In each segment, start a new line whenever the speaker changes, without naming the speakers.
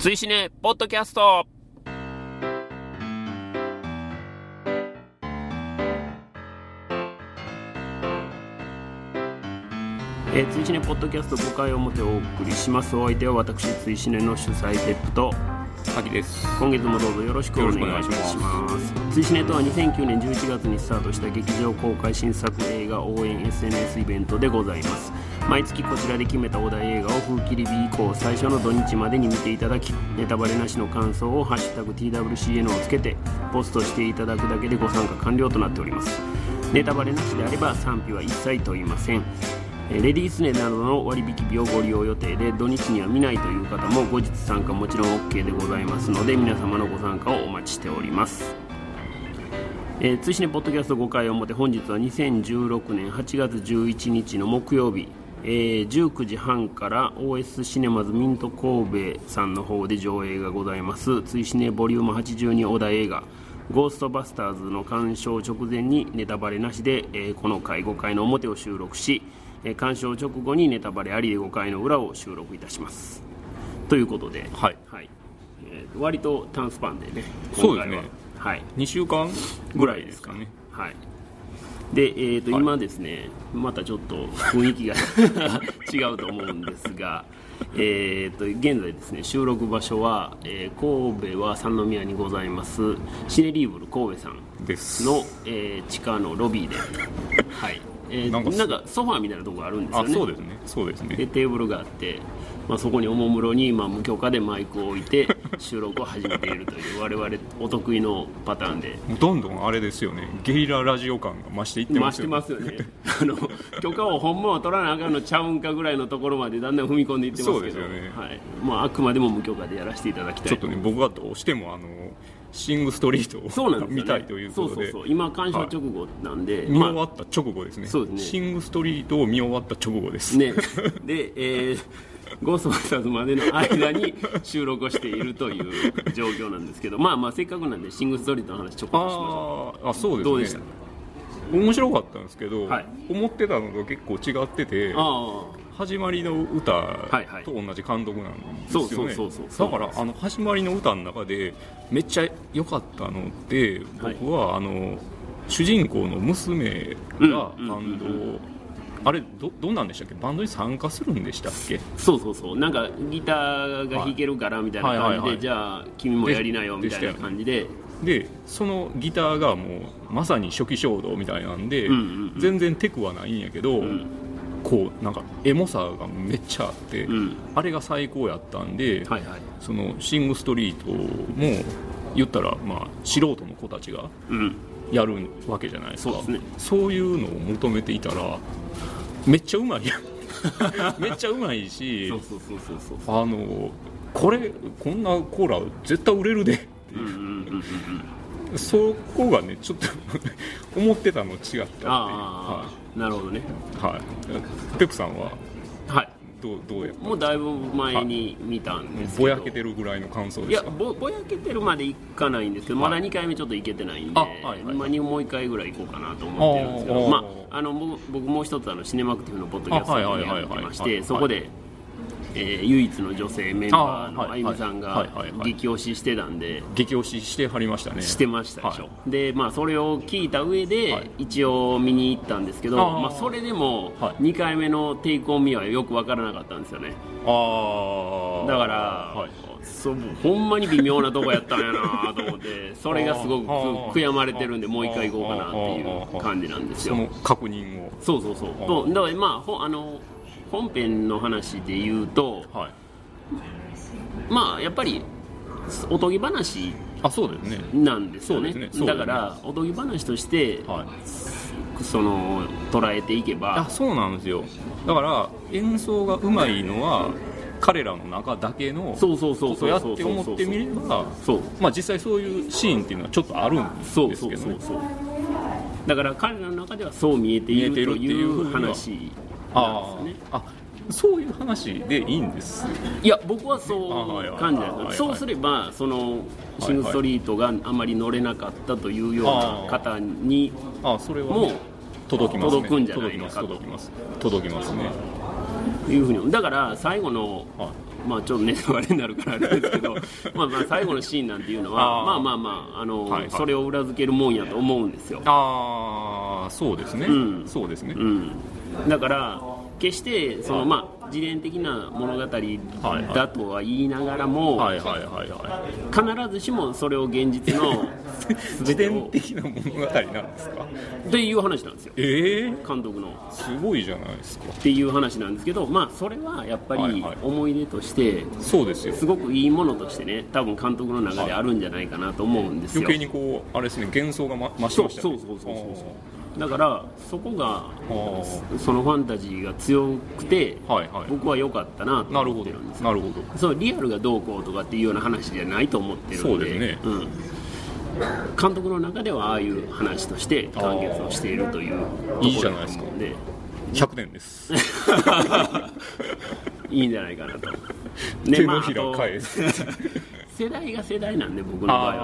追試ねポッドキャストえー、追試ねポッドキャスト5回表お送りしますお相手は私追試ねの主催テップと
秋です。
今月もどうぞよろしくお願いします
よろしくお願いし
追試ネットは2009年11月にスタートした劇場公開新作映画応援 SNS イベントでございます毎月こちらで決めたお題映画を風切り日以降最初の土日までに見ていただきネタバレなしの感想を「ハッシュタグ #TWCN」をつけてポストしていただくだけでご参加完了となっておりますネタバレなしであれば賛否は一切問いませんえーレディースネなどの割引日をご利用予定で土日には見ないという方も後日参加もちろん OK でございますので皆様のご参加をお待ちしておりますえー、通信ポッドキャスト5回表本日は2016年8月11日の木曜日、えー19時半から OS シネマズミント神戸さんの方で上映がございます追試ねボリューム82小田映画「ゴーストバスターズ」の鑑賞直前にネタバレなしで、えーこの回5回の表を収録し、えー鑑賞直後にネタバレありで5回の裏を収録いたしますということで、
はい。
はいえー割と短スパンでね
そうですね
今回ははい
2週間
ぐらいですか
ね。
はい。で、えーと
はい
今ですね、またちょっと雰囲気が 違うと思うんですが、えー、と現在ですね収録場所は、えー神戸は三宮にございますシネリーブル神戸さん
です。
の、えー地下のロビーで、はいえーな
なんん
か
か
ソファーみたいなところあるんですよ
あ、
ね。
そうですね。そうですね
で。テーブルがあって、まあ、そこにおもむろに、まあ、無許可でマイクを置いて収録を始めているという我々お得意のパターンで
もうどんどんあれですよね。ゲリララジオ感が増していって
増
ま
し
す
て
よ
ま
ね。
すよねあの許可をほんまは取らなあかんのちゃうんかぐらいのところまでだんだん踏み込んでいってますけど
そうですよね
はいまあ、あくまでも無許可でやらせていただきたい
ちょっとね、僕はどうしてもあのシングストリートを
そうなんですよ、ね、
見たいということで、
そうそうそう今鑑賞直後なんで、
見
ま
終わった直後ですね。
そうですね
シングストリートを見終わった直後です。
あねで、えーゴーストバスターズまでの間に収録をしているという状況なんですけどまあまあせっかくなんでシングストリートの話ちょこっとしましょう
あーあ、そうですね。
どうでした
面白かったんですけど、
はい
思ってたのと結構違ってて、
あ
始まりの歌
いはい
と同じ監督なんですよね、
そうそうそうそう
だからあの始まりの歌の中でめっちゃ良かったので
はい
僕はあの主人公の娘が
うん
バンドを、あれどどうなんでしたっけバンドに参加するんでしたっけ
あそうそうそうなんかギターが弾けるからみたいな感じで、
はいはいはい
じゃあ君もやりなよみたいな感じで
でそのギターがもうまさに初期衝動みたいなんで、
うんうんうん
全然テクはないんやけど、
ん
こうなんかエモさがめっちゃあって、
うん
あれが最高やったんで、
はいはい
そのシングストリートも言ったらまあ素人の子たちが
うん
やるわけじゃないですか
そうですね
そういうのを求めていたらめっちゃうまいや んめっちゃうまいし
そうそうそうそうそう
あのこれこんなコーラ絶対売れるで
うんうんうんうんうん
そこがねちょっと思ってたの違ったっていう
あ
は
あなるほどね
い、はい、ペプさんは
はい
どうどうやった
もうだいぶ前に見たんですけど
ぼやけてるぐらいの感想
い
で
や
すか
ぼぼやけてるまでいかないんですけど、まだ2回目ちょっといけてないんで、
あはいはいはい
まあにもう1回ぐらい行こうかなと思ってるんですけ
あ
ど、
ー
まあ、あの僕僕もう一つあのシネマクティブのポッドキャスト
あは
を
いはいはいは
や
い
ってまし
はいは
て
い
そこで、えー唯一の女性メンバー
あー
の
は
あ
い
ゆみさん
は
が
いはいはいはい
激推ししてたんで。
激推ししてはりましたね
してましたでしょ、
はい
でまあそれを聞いた上で、
はい
一応見に行ったんですけど
あー
まあ、それでも
はい
2回目のテイクオンミーはよく分からなかったんですよね
ああ
だから、そうほんまに微妙なとこやったんやなと思ってそれがすごく
あー
悔やまれてるんでもう一回行こうかなっていう感じなんです
そ
よ
の確認を
そうそうそう
あー
とだからまあほあの本編の話で言うと
はい
まあやっぱりおとぎ話
あそうですね
なんですよね
そうですねそうです
だ
ね
からおとぎ話として、
はい
その捉えていけ
あ
ば
そうなんですよだから演奏がうまいのは彼らの中だけの
そうそうそう
こと
そう
や
そう
って思ってみれば
そう
まあ実際そういうシーンっていうのはちょっとあるんですけ
そ
ど
う
ね
そうそうそうだから彼らの中ではそう見えている
見えてる
と
って
い
いう
う
ふうには
話
あ
なんですよね
ーあそういう話でいいんです
いや僕はそ
あはいうはい
感じな
は
ん
い
で
は
す
い
そうすればそのシングストリートがあまり乗れなかったというような方に
あそれはね、
もう
届きますね
届くんじゃないのかと
届きます届きます届きますね
いうふうにだから最後の
はい
まあちょっとネタバレになるからあれですけどまあまあ最後のシーンなんていうのは
あー
まあまあまああの、
はいはい
それを裏付けるもんやと思うんですよ、
ああそうですね、
うん
そうですね、
うん、だから決してその
はい
まあ自伝的な物語
はい
だとは言いながらも、
はいはいはいはい
必ずしもそれを現実の
自伝的な物語なんですか
っていう話なんですよ
ええ
監督の。
すごいじゃないですか
っていう話なんですけど、まあ、それはやっぱ
はい
り
はい
思い出として
そうですよ
すごくいいものとしてね多分監督の中であるんじゃないかなと思うんですよ
余計にこうあれですね幻想が、ま、増し
そ
ま
う
した
そ
ね
うそうそうそうそうだからそこが
あー
そのファンタジーが強くて、
あーはいはい
僕は良かったなと
なるほ
思って
ど
るんですよ
なるほど
そうリアルがどうこうとかっていうような話じゃないと思ってるんで
そうですね
うん、監督の中ではああいう話として完結をしているという
いいじゃないですか
ところだと思うんで
100年です
いいんじゃない かなと。
手のひらを
あと
返 す
世代が世代なんで、僕の場合は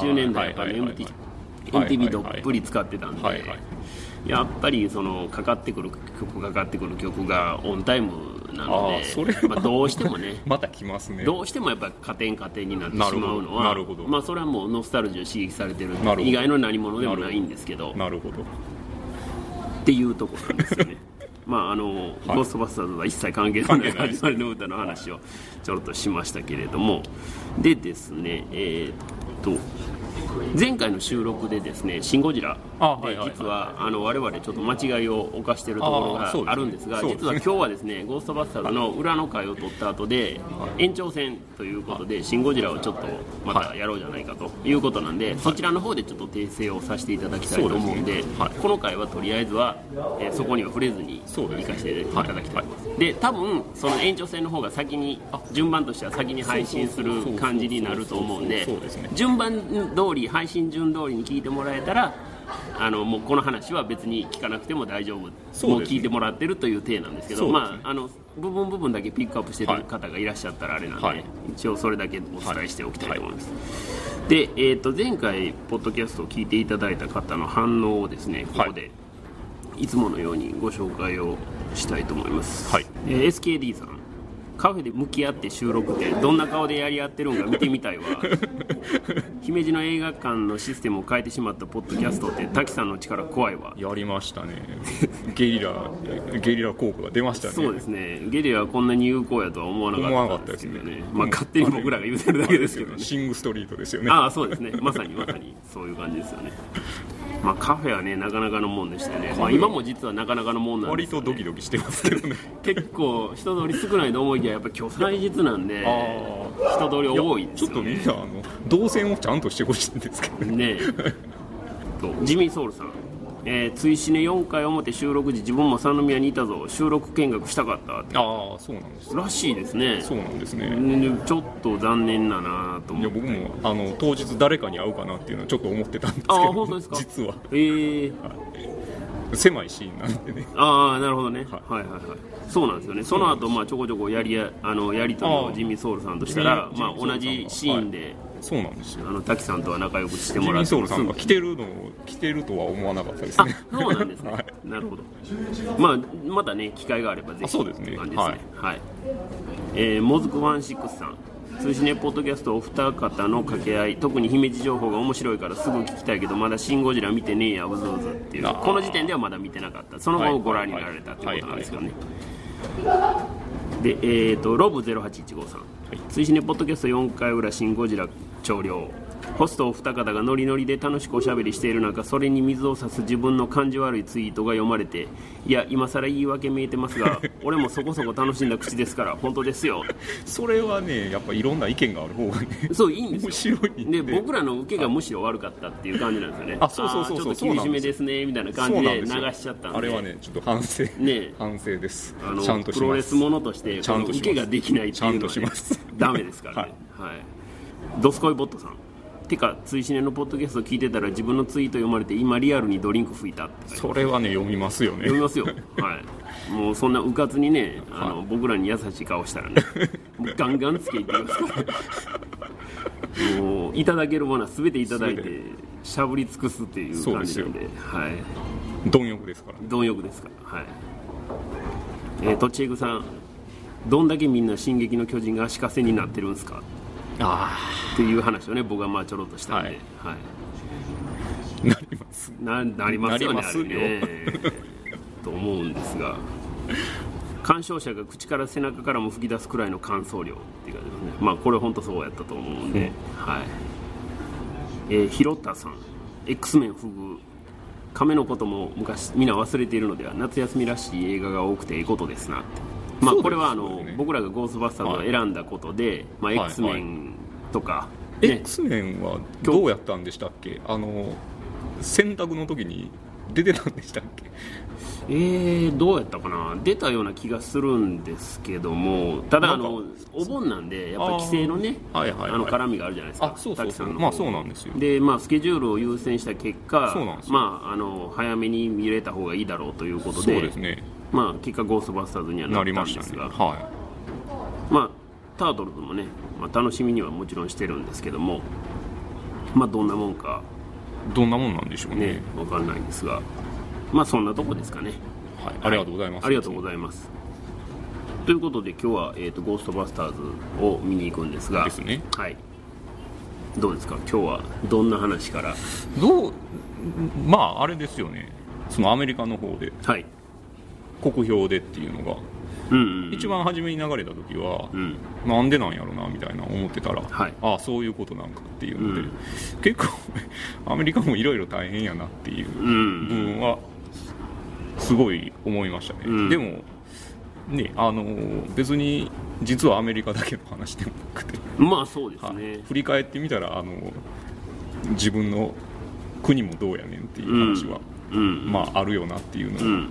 あー
ね、80年代やっぱり
はいはいはい
MT
はいはいはい
MTV どっぷり使ってたん
はい
で
はい、
やっぱりそのかかってくる曲、かかってくる曲がオンタイムなの
あーそれ
で、
は。
まあどうしても ね
また来ますね
どうしてもやっぱ加点加点になってしまうのは
なるほどなるほど
まあそれはもうノスタルジーを刺激されてる
なるほど
以外の何者でもないんですけど
なるほど
っていうところなんです よねまああの、ゴーストバスターズは一切関係のない
関係ないで
始まりの歌の話をちょろっとしましたけれどもでですねえーっと前回の収録でですね「シン・ゴジラ」
あ
で
はいはいはい
実はあの我々ちょっと間違いを犯しているところ
あーそうです
が
ね
あるんですが
そうです
実は
ね
今日はですね「ゴーストバスターズ」の裏の回を取った後で延長戦ということで「シン・ゴジラ」をちょっとまたやろうじゃないかということなんでそちらの方でちょっと訂正をさせていただきたいと思う
そう
んで
ですねはい
この回はとりあえずは、えーそこには触れずに
そうです
行かせていただきたいと思います、で多分その延長戦の方が先に順番としては先に配信する感じになると思うんで
そうですね
順番通り配信順通りに聞いてもらえたらあのもうこの話は別に聞かなくても大丈
そ
夫、
うですね
もう聞いてもらってるという体なんですけど
そうですね
まああの部分部分だけピックアップしてる方がいらっしゃったらあれなんで、
はい
一応それだけお伝えしておきたいと思います、で、えー、と前回ポッドキャストを聞いていただいた方の反応をですねここでいつものようにご紹介をしたいと思います、
はい
えー SKD さんカフェで向き合って収録ってどんな顔でやり合ってるんか見てみた いわ姫路の映画館のシステムを変えてしまったポッドキャストって滝さんの力怖いわ
やりましたねゲリラ ゲリラ効果が出ましたね
そうですねゲリラはこんなに有効やとは思わな
思わなか
かっ
ったたで
で
すす
けど
ね
ねまあ勝手に僕らが言うてるだけですけどね
シングストリートですよね
ああそうですねまさにまさにそういう感じですよねまあカフェはねなかなかのもんでしたよね、まあ、今も実はなかなかのもんなんで
割
すよ
とドキドキしてますけどね
結構人通り少ないと思いきややっぱ今日祭日なんで人通り多いです
ちょ
よ
っとみ
ね
んなあの動線をちゃんとしてほしいんですけどね
ねえとジミー・ソウルさんえー、追試ね4回表収録時自分も三宮にいたぞ収録見学したかったって
ああそうなんです
らしいですね
そうなんですね
うんちょっと残念だなと
い
思
や
って
僕もあの当日誰かに会うかなっていうのはちょっと思ってたんですけ
あ
ど
あ本当ですか
実は
えー、
狭いシーンなんでね
ああなるほどね、は、
はい
はいはいそうなんですよねその後まあちょこちょこやりやあのやり取り
あ
を
ー
ジミー・ソウルさんとしたら
ジミ
ま
ー
あ同じシーンで、
そうなんですよ
あの滝さんとは仲良くして
ジミ
もらっ
ー・
て
ソウ
ま
ル
す
さんが来てるのを来てるとは思わなかったです
あ
ね
そうなんです ね、
はい
なるほどまあまだね機会があればぜひ
あそうですね
って感じですねはい、えーもずく16さん通信ネポッドキャストお二方の掛け合い特に姫路情報が面白いからすぐ聞きたいけどまだ「シン・ゴジラ」見てねえやうずうずっていう
あー
この時点ではまだ見てなかったその後ご覧になられたってことなんですよねでえー、とロブ0815さん、追試ねポッドキャスト4回裏「シン・ゴジラ」長領ホストお二方がノリノリで楽しくおしゃべりしている中それに水を差す自分の感じ悪いツイートが読まれていや今更言い訳見えてま すが俺もそこそこ楽しんだ口ですから本当ですよ
それはねやっぱいろんな意見がある方がね
そういいんですよ
面白いん
で僕らの受けがむしろ悪かったっていう感じなんですよね
あそうそうそうそう
あーちょっと厳しめですねみたいな感じで流しちゃったんで
あれはねちょっと反省、
ね
反省です
あの
ちゃんとし
プロレ
ま
ス
す
ものとして
ちゃんとします
受けができないっていうのは、
ちゃんとします
ダメですからね、はいドスコイボットさんてか追試ねのポッドキャスト聞いてたら自分のツイート読まれて今リアルにドリンク吹いたって
それはね読みますよね
読み ますよはいもうそんなうかつにねあの、僕らに優しい顔した らねもうガンガンつけいってきます からもういただけるものは全ていただいて
全て
しゃぶり尽くすっていう感じなんではい
貪欲ですから
貪欲ですからはい、えー、とちえぐさんどんだけみんな「進撃の巨人」が足かせになってるんですか
あ
っていう話をね僕はまあちょろっとしたんで、は
はいいあなります
ななりますよ
な
ね
りますよ
あれねと思うんですが鑑賞者が口から背中からも吹き出すくらいの感想量っていうかですねまあこれ本当そうやったと思うんで、はいえー、ひろたさん X メン不遇亀のことも昔皆忘れているのでは夏休みらしい映画が多くてええことですなってまあ
そうですね
これはあの、僕らが「ゴーストバスターズ」を選んだことで、ま
は
あ、
い
X メンとか、ね
X メンはどうやったんでしたっけあの選択の時に出てたんでしたっけ
えー、どうやったかな出たような気がするんですけどもただあ
な
の
んか
お盆なんでやっぱり帰省のねあ,、
はいはいはい
の絡みがあるじゃないですか
あそうそう
滝
そ
さん
う
の方
まあそうなんですよ
でまあスケジュールを優先した結果
そうなんですよ
まああの早めに見れた方がいいだろうということ
そ
で
うですね
まあ結果ゴーストバスターズにはな
な
っ
り
たん
ま
で
した
す
ね
が
は
まあ、タートルズもね、まあ、楽しみにはもちろんしてるんですけども、まあ、どんなもんか、
いどんなもんなんでしょうね
ね、わかんないんですが、まあ、そんなとこですかね。
はい、ありがとうございます、
ありがとうございます。ということで、今日は、えーと「ゴーストバスターズ」を見に行くんですが、
ですね
はい、どうですか、今日はどんな話から、
どうまああれですよねそのアメリカの方で
はい、
国評でっていうのが
うんうん、
一番初めに流れた時は、
ん
なんでなんやろなみたいな思ってたら、
はい
ああそういうことなんかっていうので、
うん
結構 アメリカもいろいろ大変やなっていう
う
部
ん、
分はすごい思いましたね、
うん
でもねあの別に実はアメリカだけの話でもなくて、
まあそうです
はい
ね、
振り返ってみたらあの自分の国もどうやねんっていう話は、
うん、
まああるよなっていうのを、
うん、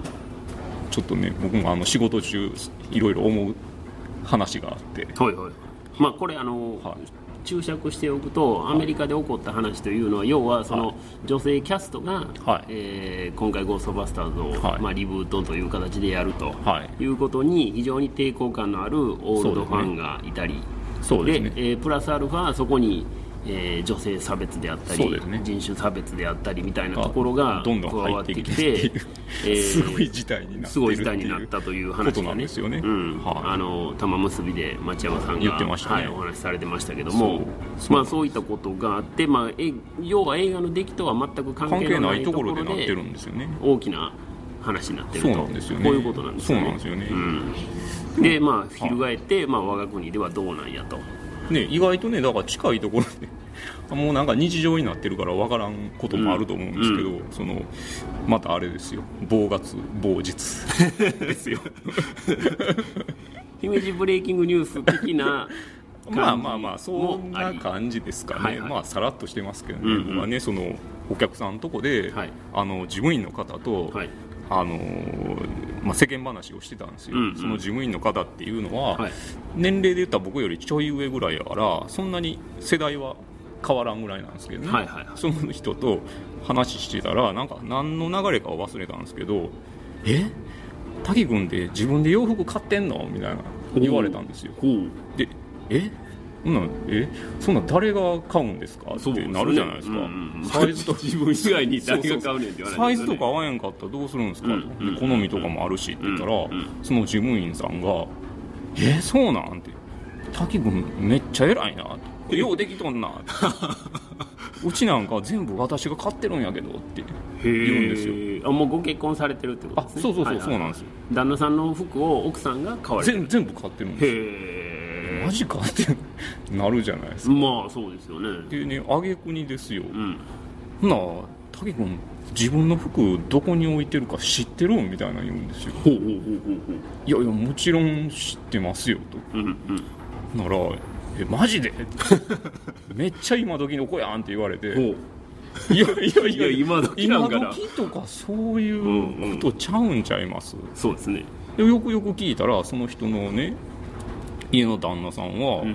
ちょっとね僕もあの仕事中いろいろ思う話があって
はいはい、まあ、これあの、
はい
注釈しておくとアメリカで起こった話というのは要はその、
はい
女性キャストが、
はい
えー今回「ゴーストバスターズを」
はい
まあ、リブートという形でやると、
はい
い、うことに非常に抵抗感のあるオールドファンがいたり
そうですね
えープラスアルファそこに、えー女性差別であった
そ
り、
うですね
人種差別であったりみたいなところが
あどんどん
加わってき
入っててきてっていう
えー
すごい事態になってるっていう
すごい事態になったという話が、
こ
ね、
となんですよね
うん
はい
あの玉結びで町山さんが
言ってましたね
はい、お話しされてましたけども
そう
そう,、まあ、そういったことがあって、まあ、え要は映画の出来とは全く関
関
係
係
の
な
ない
い
と
と
こ
こ
ろ
ろ
で
でなってるんですよね
大きな話になってると
そうなんですよね
こういうことなんですよね
そうなんですよね
うんでまあ翻って、まあ、我が国ではどうなんやと
ね意外とねだから近いところで もうなんか日常になってるから分からんこともあると思うんですけど、そのまたあれですよ暴月暴日 です よ
姫路ブレイキングニュース的 な感じ
まあまあまあそん
もあ
な
り
感じですかね、
はいはい
まあさらっとしてますけどね、
うんうん
僕はねそのお客さんのとこで、
はい
あの事務員の方と、
はい
あのーまあ、世間話をしてたんですよ、
うんうん
その事務員の方っていうのは、
はい
年齢で言ったら僕よりちょい上ぐらいやからそんなに世代は変わらんぐらいなんですけどね、
はいはいはい
その人と話してたらなんか何の流れかを忘れたんですけど「え滝君って自分で洋服買ってんの?」みたいな言われたんですよ
ほう
でえそんなんえそんなん誰が買うんですかってなるじゃないですか、サイズと
自分以外に誰が買うねんって言われ
サイズとか合わへんかったらどうするんですか、
うん
で
うん
好みとかもあるしって言ったら、
うんうん
その事務員さんが「えそうなん?」って「滝君めっちゃ偉いな」 って「ようできとんな」って「うちなんか全部私が買ってるんやけど」って
言
言うんですよ
よあもうご結婚されてるってこと
あ
ですね
そうそう
は
そ
いうはい
そうなんですよ
旦那さんの服を奥さんが買われてる
全全部買ってるんですよ
へ
マジかってなるじゃないです
え
か
まあそうですよね
でね挙句にですよ、
うん
ほな武君自分の服どこに置いてるか知ってるみたいなの言うんですよ
ほうほうほうほうほう
いやいやもちろん知ってますよと
うん
ならえマジで めっちゃ今時の子やんって言われて
うんほう
いやいやいや
いや今時なんかな
今時とかそういうことちゃうんちゃいます、
そうですね
でよくよく聞いたらその人のね家の旦那さんは、
ん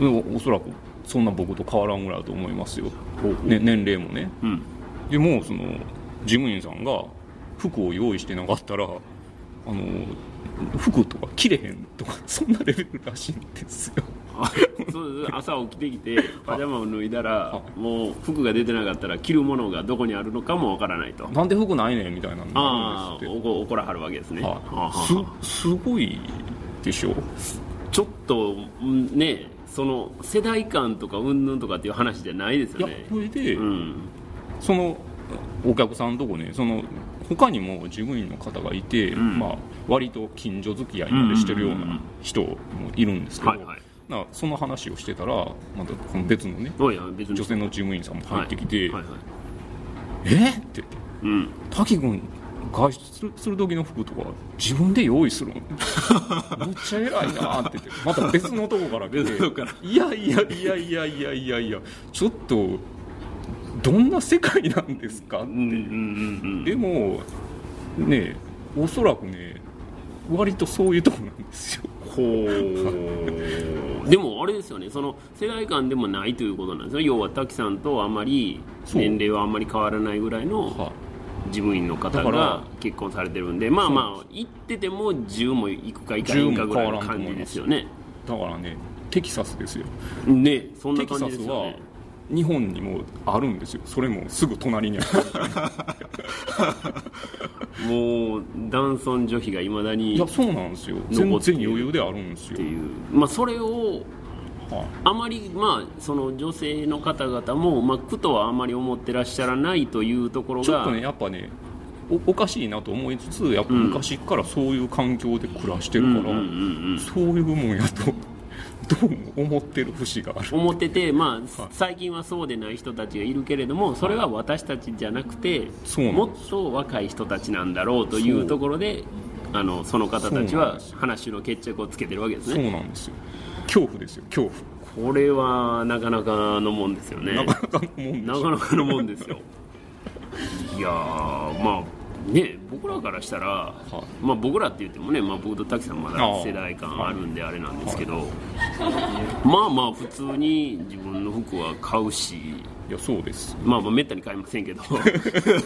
でおおそらくそんな僕と変わらんぐらいだと思いますよ、
ほうほう
ね、年齢もね
うん
でもその事務員さんが服を用意してなかったらあの服とか着れへんとかそんなレベルらしいんですよ
あそうです朝起きてきて パジャマを脱いだら
は
もう服が出てなかったら着るものがどこにあるのかもわからないと
なんで服ないねんみたいなの
あ
があ
あ
るんです
怒怒らはるわけですね
って
はあはあ
はいすすごいでしょう
ちょっとんねその世代間とかうんぬんとかっていう話じゃないです
い
よ
や
ね
それで、
うん
そのお客さんのとこねその他にも事務員の方がいて、
ん
まあ、割と近所付き合いまでしてるよう
うんうんうんう
なん人もいるんですけど、
はいはい
なその話をしてたらまたこの別のね
おいや別に
女性の事務員さんも入ってきて「
はいはいはい
えっ?」って
うん
「滝君外出するする時の服とか自分で用意するの めっちゃ偉いな」って言ってまた別のとこから来
別のとこから
て「いやいやいやいやいやいやいやちょっとどんな世界なんですか?」って
うんうんうんうん
でもねおそらくね割とそういうとこなんですよ
ほう でもあれですよねその世代間でもないということなんですよ要は滝さんとあまり
そう
年齢はあんまり変わらないぐらいの
は
事務員の方
だか
が
ら
結婚されてるんでまあまあ行ってても10も行くか行かないかぐらいの感じですよね
だからねテキサスですよ
ねそんな
テキ
感
サ
じ
ス
ですよ
は
ね
日本にもあるんですよそれもすぐ隣にある
もう男尊女卑がいまだに
いや
っ
そうなんですよ
残
全
って
然
る
余裕であるんですよ
ていうまあそれを
はい
あまりまあその女性の方々もまあ苦とはあまり思ってらっしゃらないというところが
ちょっとねやっぱねおおかしいなと思いつつやっぱ昔からそういう環境で暮らしてるから、
うんうんうんうん
そういうもんやと どうも思ってる節がある
思ってて、まあ
はい
最近はそうでない人たちがいるけれどもそれは私たちじゃなくて
そうな
も
んで
っと若い人たちなんだろうとい
そうう
ところであのその方たち
そうなん
は
ですよ
話の決着をつけてるわけです
そう
ね
なんですよ恐怖ですよ恐怖
これはなかなかのもんですよね
なかなかのもんで
な
し
かなかのもんですよいやーまあね僕らからしたら、まあ、僕らって言ってもね、まあ、僕と滝さんまだ
ああ
世代間あるんであれなんですけど、まあまあ普通に自分の服は買うし
いやそうです
まあまあめったに買いませんけど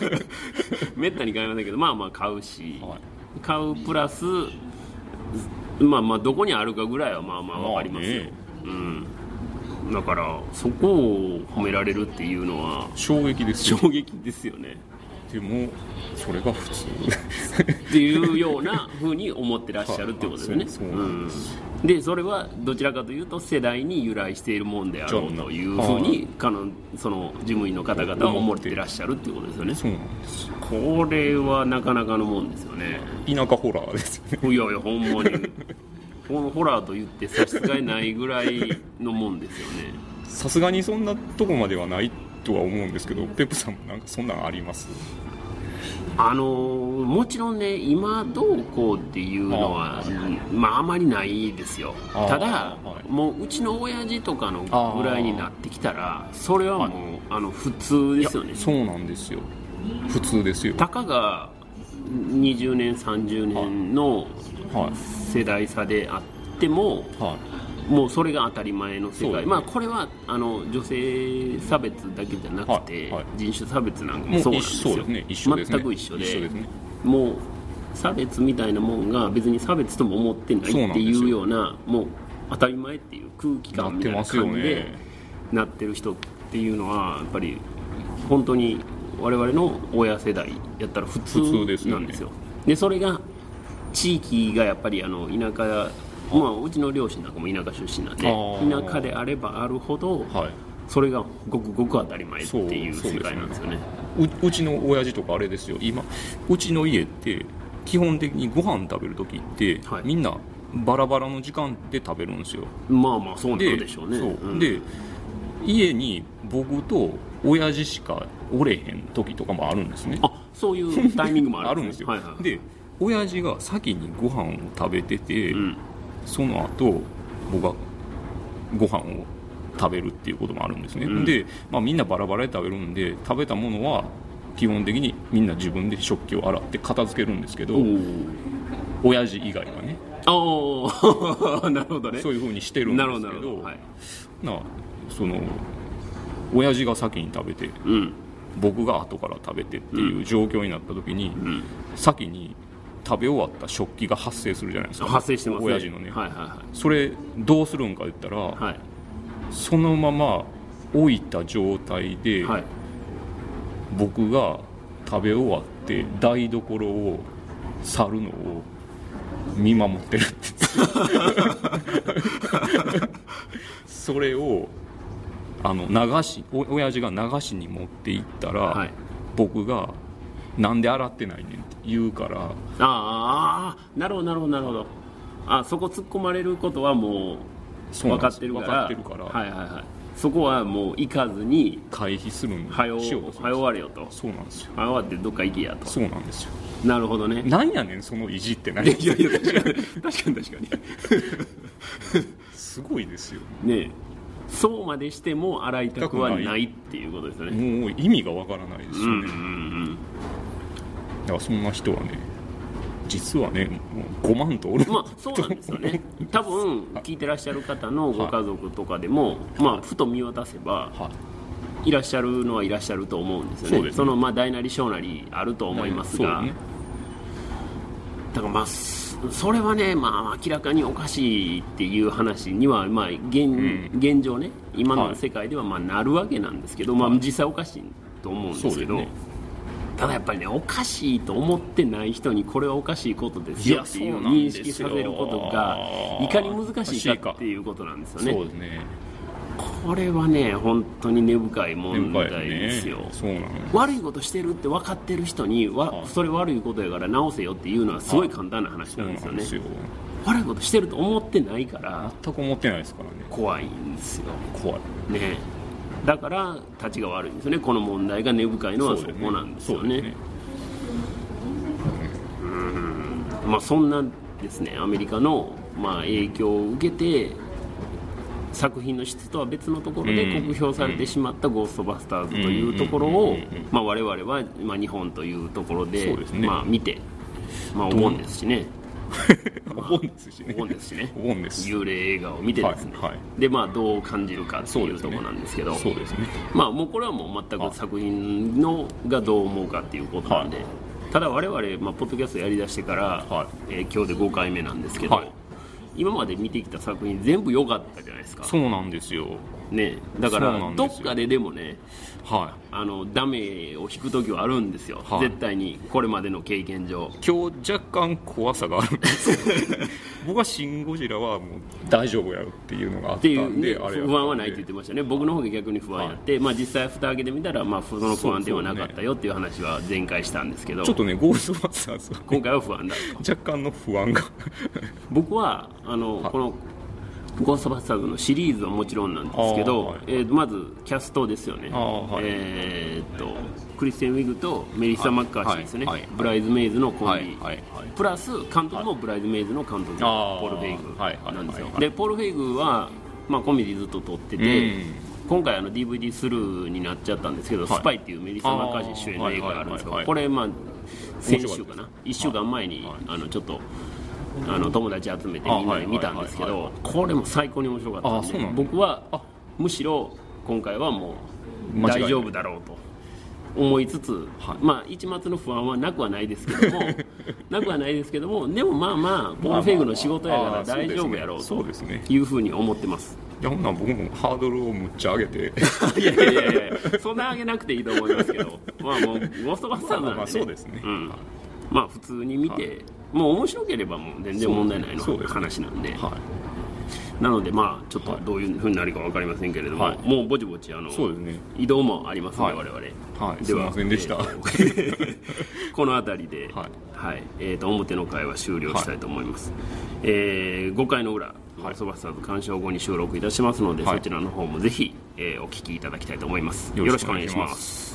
めったに買いませんけどまあまあ買うし、
はい
買うプラスまあまあどこにあるかぐらいはまあまあわかりますよ、うん、だからそこを褒められるっていうのは
衝撃です
衝
よ
撃ですよね
でもそれが普通
っていうようなふうに思ってらっしゃるってことですよね、
はい そうなんです
うんでそれはどちらかというと世代に由来しているもんであろうというふう
はい
にかのその事務員の方々は思ってらっしゃるっていうことですよね
そうなんですよ
これはなかなかのもんですよね
田舎ホラーですよね
いやいやほんまにこのホラーと言って差し支えないぐらいのもんですよね
さすがにそんなとこまではないとは思うんですけどペップさんもなんかそんなんあります
あのーもちろんね今どうこうっていうのは
あ
まああまりないですよ
あ
ただ
はい
もううちの親父とかの
あ
ぐらいになってきたらそれはもうあの普通ですよね
そうなんですよ普通ですよ
たかが20年30年の
は
世代差であっても
いは
もうそれが当たり前の世
そう
界、
ね
まあこれはあの女性差別だけじゃなくて、
はいはい
人種差別なんか
い
もそうな
一緒
んです
そう
よ
ですね一緒ですね
全く一緒で
一緒ですね
もう差別みたいなもんが別に差別とも思ってない
そうなん
って
ですよ
いうようなもう当たり前っていう空気
な
感
っ
み
て
たいな
ますよ
感じで
ね
なってる人っていうのはやっぱり本当に我々の親世代やったら普通
普通ですよ
な
ね
んですよでそれが地域がやっぱりあの田舎まあ、うちの両親なんかも田舎出身なん
あ
で
ー
田舎であればあるほど
はい
それがごくごく当たり前っていう
そうそうです
世
ね
界なんですよね
ううちの親父とかあれですよ今うちの家って基本的にご飯食べる時って、
はい
みんなバラバラの時間で食べるんですよ
まあまあそうなんでしょうね
そう
うん
で家に僕と親父しかおれへん時とかもあるんですね
あそういうタイミングもある
あるんですよ、
はいはい、
で親父が先にご飯を食べてて、
うん、
その後僕がご飯を食べるっていうこともあるんですね、
うん
で、まあ、みんなバラバラで食べるんで食べたものは基本的にみんな自分で食器を洗って片付けるんですけど、
おー
親父以外はね
ああ なるほどね
そういうふうにしてるんで
な
すけ
るほどなるほ
ど
ど、はい
なその親父が先に食べて
うん
僕が後から食べてっていう状況になった時に、
うん、
先に食べ終わった食器が発生するじゃないですか
発生してますね
親父のね、
はいはいは
それどうするんか言ったら、
いはい
そのまま置いた状態で、
はい、
僕が食べ終わって台所を去るのを見守ってるってですよ それをあの流しお親父が流しに持っていったら、
はい
僕が「なんで洗ってないねん」って言うから
あーあーなるほどなるほどなるほどあそこ突っ込まれることはもう
そうな
分
ん
か
で
っ
す
てるから
分かってるから
はいはいはいそこはもう行かずに
回避するん
早う
しようとするん
早終われよと
そうなんですよ
早終わってどっか行けやと
そうなんですよ
なるほどね
なんやねんその意地って何
いやいや確かに確かに確か
すごいですよ
にねえそうまでしても洗いたくはないっていうことですよね
もう意味がわからないです
う
よ
ん
ね、
うんうん
だからそんな人はね実はねもう5万とおる、
まあそうなんです よね多分聞いてらっしゃる方のご家族とかでも、まあ、ふと見渡せば
はい
らっしゃるのはいらっしゃると思うんですよね
そうですね
のまあ大なり小なりあると
い
思いますが、
そうね
だからまあすそれはね、まあ、明らかにおかしいっていう話には、まあ現
ん
現状ね今
は
の
い
世界ではまあなるわけなんですけど、まあ、実際おかしいと思うんですけど
そうですね
ただやっぱりねおかしいと思ってない人にこれはおかしいことです
い
よ
や
っていう
そうなん
認
ですよ
識させることがいかに難しいかっていうことなんですよ
そう
ね
ですね
これはね本当に根深い問
深い
題
よ
ですよ
ねそうなの
悪いことしてるって分かってる人にわ
はい
それ悪いことやから直せよっていうのはすごい簡単な話
そ
な
うん
です
な
よ
ん
ね
ですよ
悪いことしてると思ってないから
全く思ってないですからね
怖いんですよ
怖い
ねだから立ちが悪いんですよねこの問題が根深いのはそ
だよ
こなんですよ
そうだ
ねまあそんなですねアメリカのまあ影響を受けて作品の質とは別のところで
うん
酷評されてしまった「ゴーストバスターズ」というところを
うんうんうんうん
まあ我々はまあ日本というところで
そうですね
まあ見てまあお盆ですしね
お盆ですしね
お盆ですしね
お盆です
幽霊映画を見てですね
はいは
でまあどう感じるかって
そう
い
で
う
す
とこ
ね
ろなんですけど
そうですね
まあもうこれはもう全く作品のがどう思うかっていうことなんで、
はい
ただ我々、まあ、ポッドキャストやりだしてから、
は
えー今日で5回目なんですけど、
はい
今まで見てきた作品全部良かったじゃないですか、
そうなんですよ
ね、だか
そう
ら
なん
ど
ですよ
っかででもね
は
あのダメを引く時はあるんですよ、
はい
絶対にこれまでの経験上
い今日若干怖さがあるん ですよ僕は「シン・ゴジラ」はもう大丈夫やろっていうのがあっ
ったて
ん
い
であれや
う、ね、
ったんで
不安はないって言ってましたね僕の方が逆に不安やって、まあ、実際蓋開けてみたら、まあ、その不安ではなかったよっていう話は前回したんですけど、
ちょっとねゴールドマスターズは
今回は不安だと。
若干の不 安が
僕はあの
はい
この「ゴーストバスターズ」のシリーズはもちろんなんですけど、
あーはい
えーまずキャストですよね、
あーはい
えーっとクリステン・ウィグとメリッサ・マッカーシーですね、
はいはいはい
ブライズ・メイズのコンビ、
はいはいはい
プラス監督もブライズ・メイズの監督、
あー
ポール・フェイグ
はいはい
なんですよ、
はいはい
でポール・フェイグは、まあ、コメディずっと撮ってて、
うん
今回あの DVD スルーになっちゃったんですけど「
はい
スパイ」っていうメリッサ・マッカーシー主演の映画があるんですけ
あー
ど
はいはいはいはい
これまあ先週か
面白かった
な
です
1週間前に、
はい
あのちょっとあの友達集めて
あ
みんなで見たんですけ
はいはい
ど
は
これも最高に面白かったんで
あそうなんだ
僕はむしろ今回はもう
間違い
大
ない
丈夫だろうと思いつつ、
はい
まあ一抹の不安はなくはないですけ どもなくはないですけどもでもまあまあボールフェイグの仕事やか
まあま
ら
あまあ
大丈夫やろう
そ
と
うですねそうです
いうふうに思ってます。
いやほんなら僕もハードルをむっちゃ上げて
いやいやいやいやそんなあげなくていいと思います けどまあもうゴーストバスターズなんで、ね、
まあまあそうですね
んまあ普通に見て、もう面白ければもう全然問題ないの
そうですね
話なんで
は
なのでまあちょっとどういうふうになるか分かりませんけれども、
はい
もうぼちぼちあの
そうですね
移動もありますね、
はい
我々
はいすいませんでした
えーこの辺りで、は
はいい
えー、と表の会は終了したいと思います、えー、5回の裏「はい、そばスターズ」鑑賞後に収録いたしますので、
はい
そちらの方もぜひ、えーお聞きいただきたいと思います
い
よろしくお願いします